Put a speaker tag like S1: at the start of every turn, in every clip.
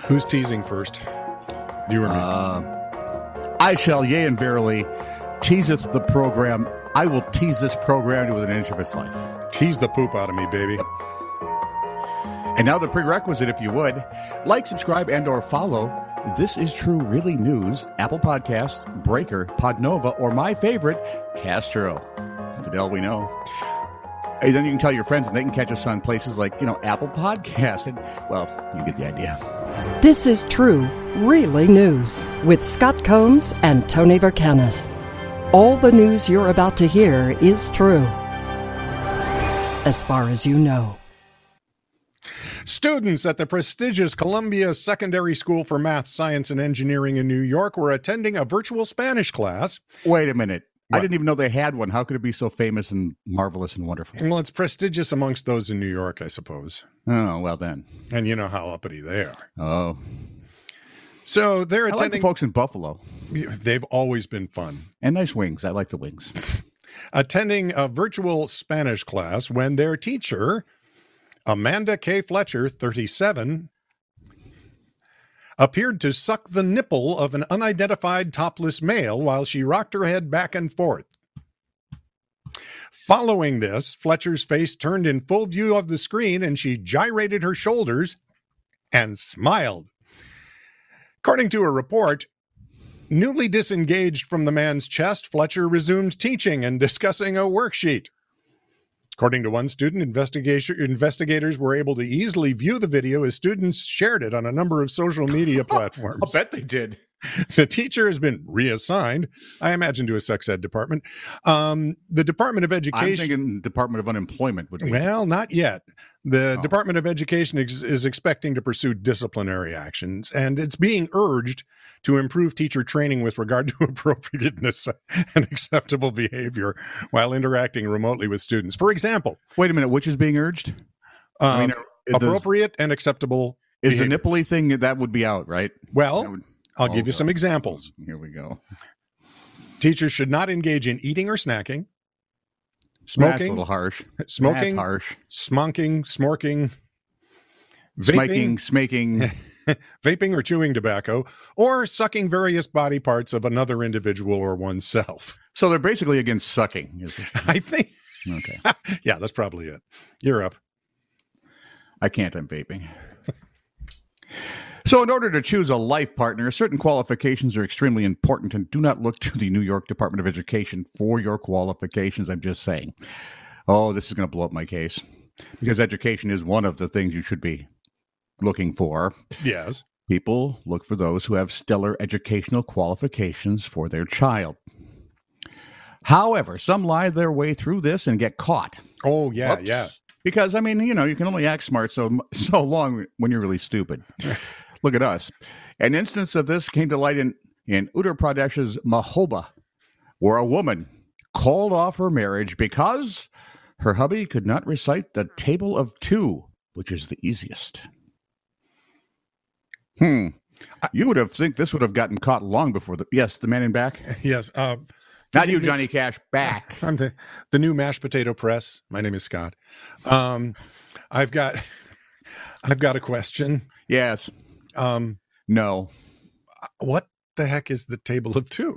S1: Who's teasing first? You or me?
S2: Uh, I shall, yea and verily, teaseth the program. I will tease this program with an inch of its life.
S1: Tease the poop out of me, baby.
S2: And now the prerequisite, if you would, like, subscribe, and or follow. This is true, really news. Apple Podcasts, Breaker, Podnova, or my favorite, Castro. Fidel, we know. And then you can tell your friends, and they can catch us on places like you know Apple Podcasts, and well, you get the idea.
S3: This is true, really news with Scott Combs and Tony Vercanis. All the news you're about to hear is true, as far as you know.
S1: Students at the prestigious Columbia Secondary School for Math, Science, and Engineering in New York were attending a virtual Spanish class.
S2: Wait a minute. I
S1: What?
S2: didn't even know they had one. How could it be so famous and marvelous and wonderful?
S1: Well, it's prestigious amongst those in New York, I suppose.
S2: Oh, well then.
S1: And you know how uppity they are.
S2: Oh.
S1: So they're
S2: I like the
S1: attending.
S2: folks in Buffalo.
S1: They've always been fun.
S2: And nice wings. I like the wings.
S1: attending a virtual Spanish class when their teacher, Amanda K. Fletcher, 37, appeared to suck the nipple of an unidentified topless male while she rocked her head back and forth. Following this, Fletcher's face turned in full view of the screen and she gyrated her shoulders and smiled. According to a report, Newly disengaged from the man's chest, Fletcher resumed teaching and discussing a worksheet. According to one student, investigation- investigators were able to easily view the video as students shared it on a number of social media platforms.
S2: bet they did.
S1: The teacher has been reassigned, I imagine, to a sex ed department. Um, the Department of
S2: I'm
S1: Education.
S2: thinking Department of Unemployment would be.
S1: Well, not yet. The
S2: Oh.
S1: Department of Education ex- is expecting to pursue disciplinary actions, and it's being urged to improve teacher training with regard to appropriateness and acceptable behavior while interacting remotely with students. For example,
S2: Wait a minute, which is being urged?
S1: um,
S2: I mean, is,
S1: appropriate and acceptable.
S2: is the
S1: behavior.
S2: nipply thing that would be out, right? That
S1: Well,
S2: would-
S1: I'll give you
S2: Oh,
S1: some
S2: God.
S1: examples.
S2: Here we go.
S1: Teachers should not engage in eating or snacking,
S2: That's a
S1: smoking,
S2: little harsh. That's
S1: smoking,
S2: harsh.
S1: smoking, smoking,
S2: Smiking, smaking.
S1: vaping or chewing tobacco, or sucking various body parts of another individual or oneself.
S2: so they're basically against sucking. is-
S1: I think,
S2: Okay.
S1: yeah, that's probably it. You're up.
S2: I can't, I'm vaping. So, in order to choose a life partner, certain qualifications are extremely important, and do not look to the New York Department of Education for your qualifications. I'm just saying. Oh, this is going to blow up my case because education is one of the things you should be looking for.
S1: Yes.
S2: People look for those who have stellar educational qualifications for their child. However, some lie their way through this and get caught.
S1: Oh, yeah,
S2: Whoops.
S1: yeah.
S2: Because I mean, you know, you can only act smart so so long when you're really stupid. Look at us. An instance of this came to light in in Uttar Pradesh's Mahoba, where a woman called off her marriage because her hubby could not recite the table of two, which is the easiest. Hmm. You would have think this would have gotten caught long before the yes, the man in back.
S1: Yes. Uh,
S2: Not you, Johnny Cash. Back.
S1: I'm the, the new mashed potato press. My name is Scott. Um, I've got, I've got a question.
S2: Yes.
S1: Um,
S2: No.
S1: what the heck is the table of two?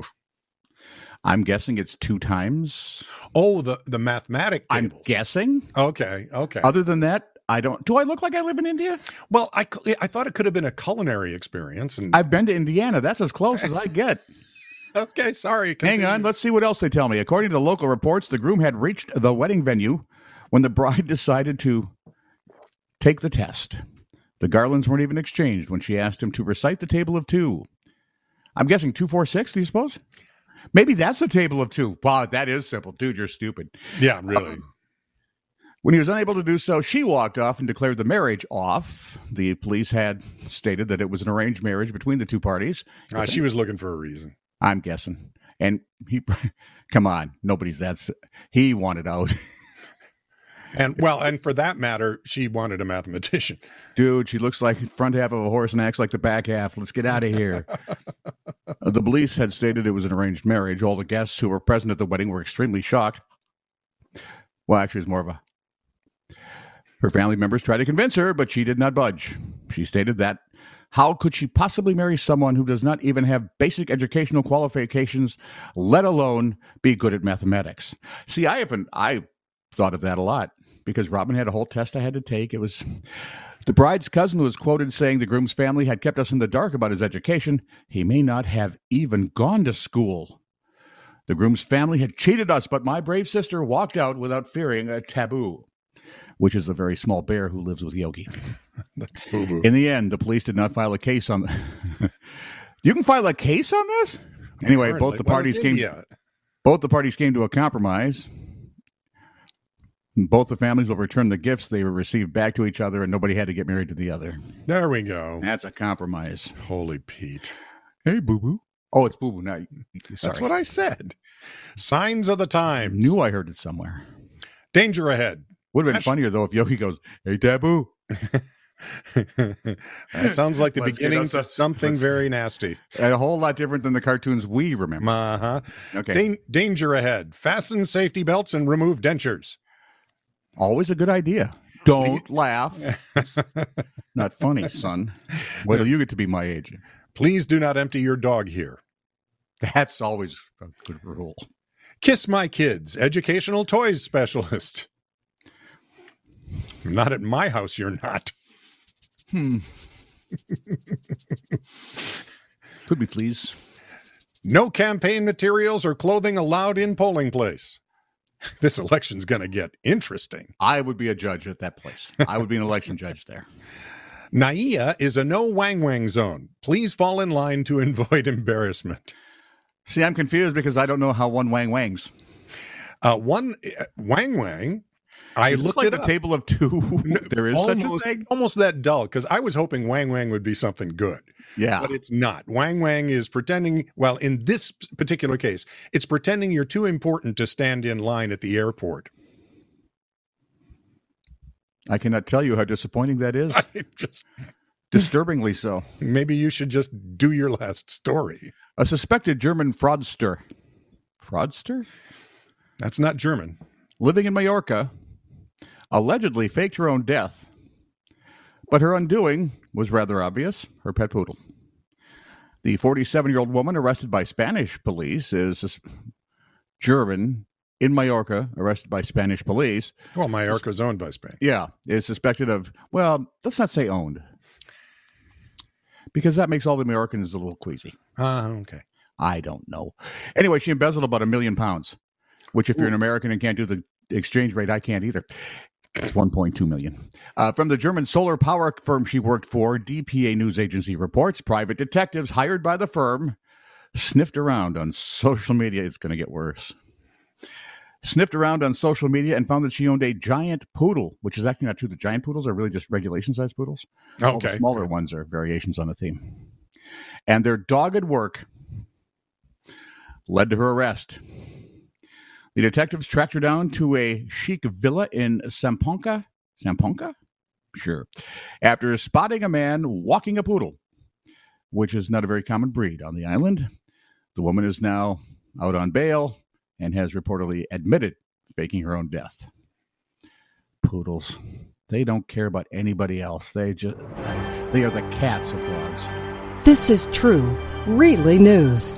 S2: I'm guessing it's two times.
S1: Oh, the the mathematic
S2: I'm Uh,
S1: tables.
S2: guessing.
S1: okay, okay.
S2: Other than that, I don't. Do I look like I live in India?
S1: well, I cl- I thought it could have been a culinary experience. And
S2: I've been to Indiana. That's as close as I get.
S1: okay, sorry.
S2: Hang on.
S1: continue.
S2: Let's see what else they tell me. According to local reports, the groom had reached the wedding venue when the bride decided to take the test. The garlands weren't even exchanged when she asked him to recite the table of two. I'm guessing two, four, six. Do you suppose? Maybe that's a table of two. Wow, that is simple, dude. You're stupid.
S1: Yeah, really.
S2: When he was unable to do so, she walked off and declared the marriage off. The police had stated that it was an arranged marriage between the two parties.
S1: Uh, she was looking for a reason.
S2: I'm guessing. And he, come on, nobody's that. s- He wanted out.
S1: And well, and for that matter, she wanted a mathematician.
S2: Dude, she looks like the front half of a horse and acts like the back half. Let's get out of here. the police had stated it was an arranged marriage. All the guests who were present at the wedding were extremely shocked. Well, actually, it's more of a. Her family members tried to convince her, but she did not budge. She stated that How could she possibly marry someone who does not even have basic educational qualifications, let alone be good at mathematics? See, I haven't, I thought of that a lot because Robin had a whole test I had to take. It was the bride's cousin was quoted saying the groom's family had kept us in the dark about his education. He may not have even gone to school. The groom's family had cheated us, but my brave sister walked out without fearing a taboo, which is the very small bear who lives with Yogi.
S1: That's boo boo.
S2: In the end, the police did not file a case on. you can file a case on this. Anyway, both the parties came. Both the parties came to a compromise. Both the families will return the gifts they received back to each other, and nobody had to get married to the other.
S1: There we go.
S2: That's a compromise.
S1: Holy Pete.
S2: Hey, boo boo. Oh, it's boo boo.
S1: Mm,
S2: Now,
S1: That's what I said. Signs of the
S2: I
S1: times.
S2: knew. I heard it somewhere.
S1: Danger ahead.
S2: Would have been
S1: Gosh.
S2: funnier though if Yogi goes, "Hey, taboo."
S1: that sounds like the
S2: Let's get
S1: beginning
S2: us
S1: to
S2: a-
S1: something
S2: let's-
S1: very nasty.
S2: And a whole lot different than the cartoons we remember.
S1: Uh-huh.
S2: Okay,
S1: Dan- danger ahead. Fasten safety belts and remove dentures.
S2: always a good idea. Don't laugh. Not funny, son. Wait till you get to be my age.
S1: Please do not empty your dog here.
S2: That's always a good rule.
S1: Kiss My Kids, educational toys specialist. Not at my house, you're not.
S2: Hmm. Could we please?
S1: No campaign materials or clothing allowed in polling place. This election's going to get interesting.
S2: I would be a judge at that place. I would be an election judge there.
S1: Naia is a no wang wang zone. Please fall in line to avoid embarrassment.
S2: See, I'm confused because I don't know how one wang wangs.
S1: Uh, one uh, wang wang. I
S2: Is this
S1: looked
S2: like
S1: at
S2: the
S1: it up.
S2: table of two. there is
S1: almost,
S2: such a thing.
S1: almost that dull because I was hoping wang wang would be something good.
S2: Yeah.
S1: but it's not. Wang Wang is pretending, well, in this particular case, it's pretending you're too important to stand in line at the airport.
S2: I cannot tell you how disappointing that is.
S1: It just
S2: Disturbingly so.
S1: maybe you should just do your last story.
S2: A suspected German fraudster. Fraudster?
S1: That's not German.
S2: living in Mallorca, allegedly faked her own death. But her undoing was rather obvious her pet poodle. The 47 year old woman arrested by Spanish police is this German in Mallorca, arrested by Spanish police.
S1: Well, Mallorca's owned by Spain.
S2: Yeah, is suspected of, well, let's not say owned, because that makes all the Americans a little queasy.
S1: Ah, okay.
S2: I don't know. Anyway, she embezzled about a million pounds, which, if you're an American and can't do the exchange rate, I can't either. It's 1.2 million. Uh, from the German solar power firm she worked for, DPA news agency reports, private detectives hired by the firm sniffed around on social media. It's going to get worse. Sniffed around on social media and found that she owned a giant poodle, which is actually not true. The giant poodles are really just regulation sized poodles. All the
S1: Okay.
S2: smaller ones are variations on a theme. And their dogged work led to her arrest. The detectives tracked her down to a chic villa in Samponca. Samponca? Sure. After spotting a man walking a poodle, which is not a very common breed on the island, the woman is now out on bail and has reportedly admitted faking her own death. Poodles. They don't care about anybody else. They just they are the cats of dogs.
S3: This is true, really news.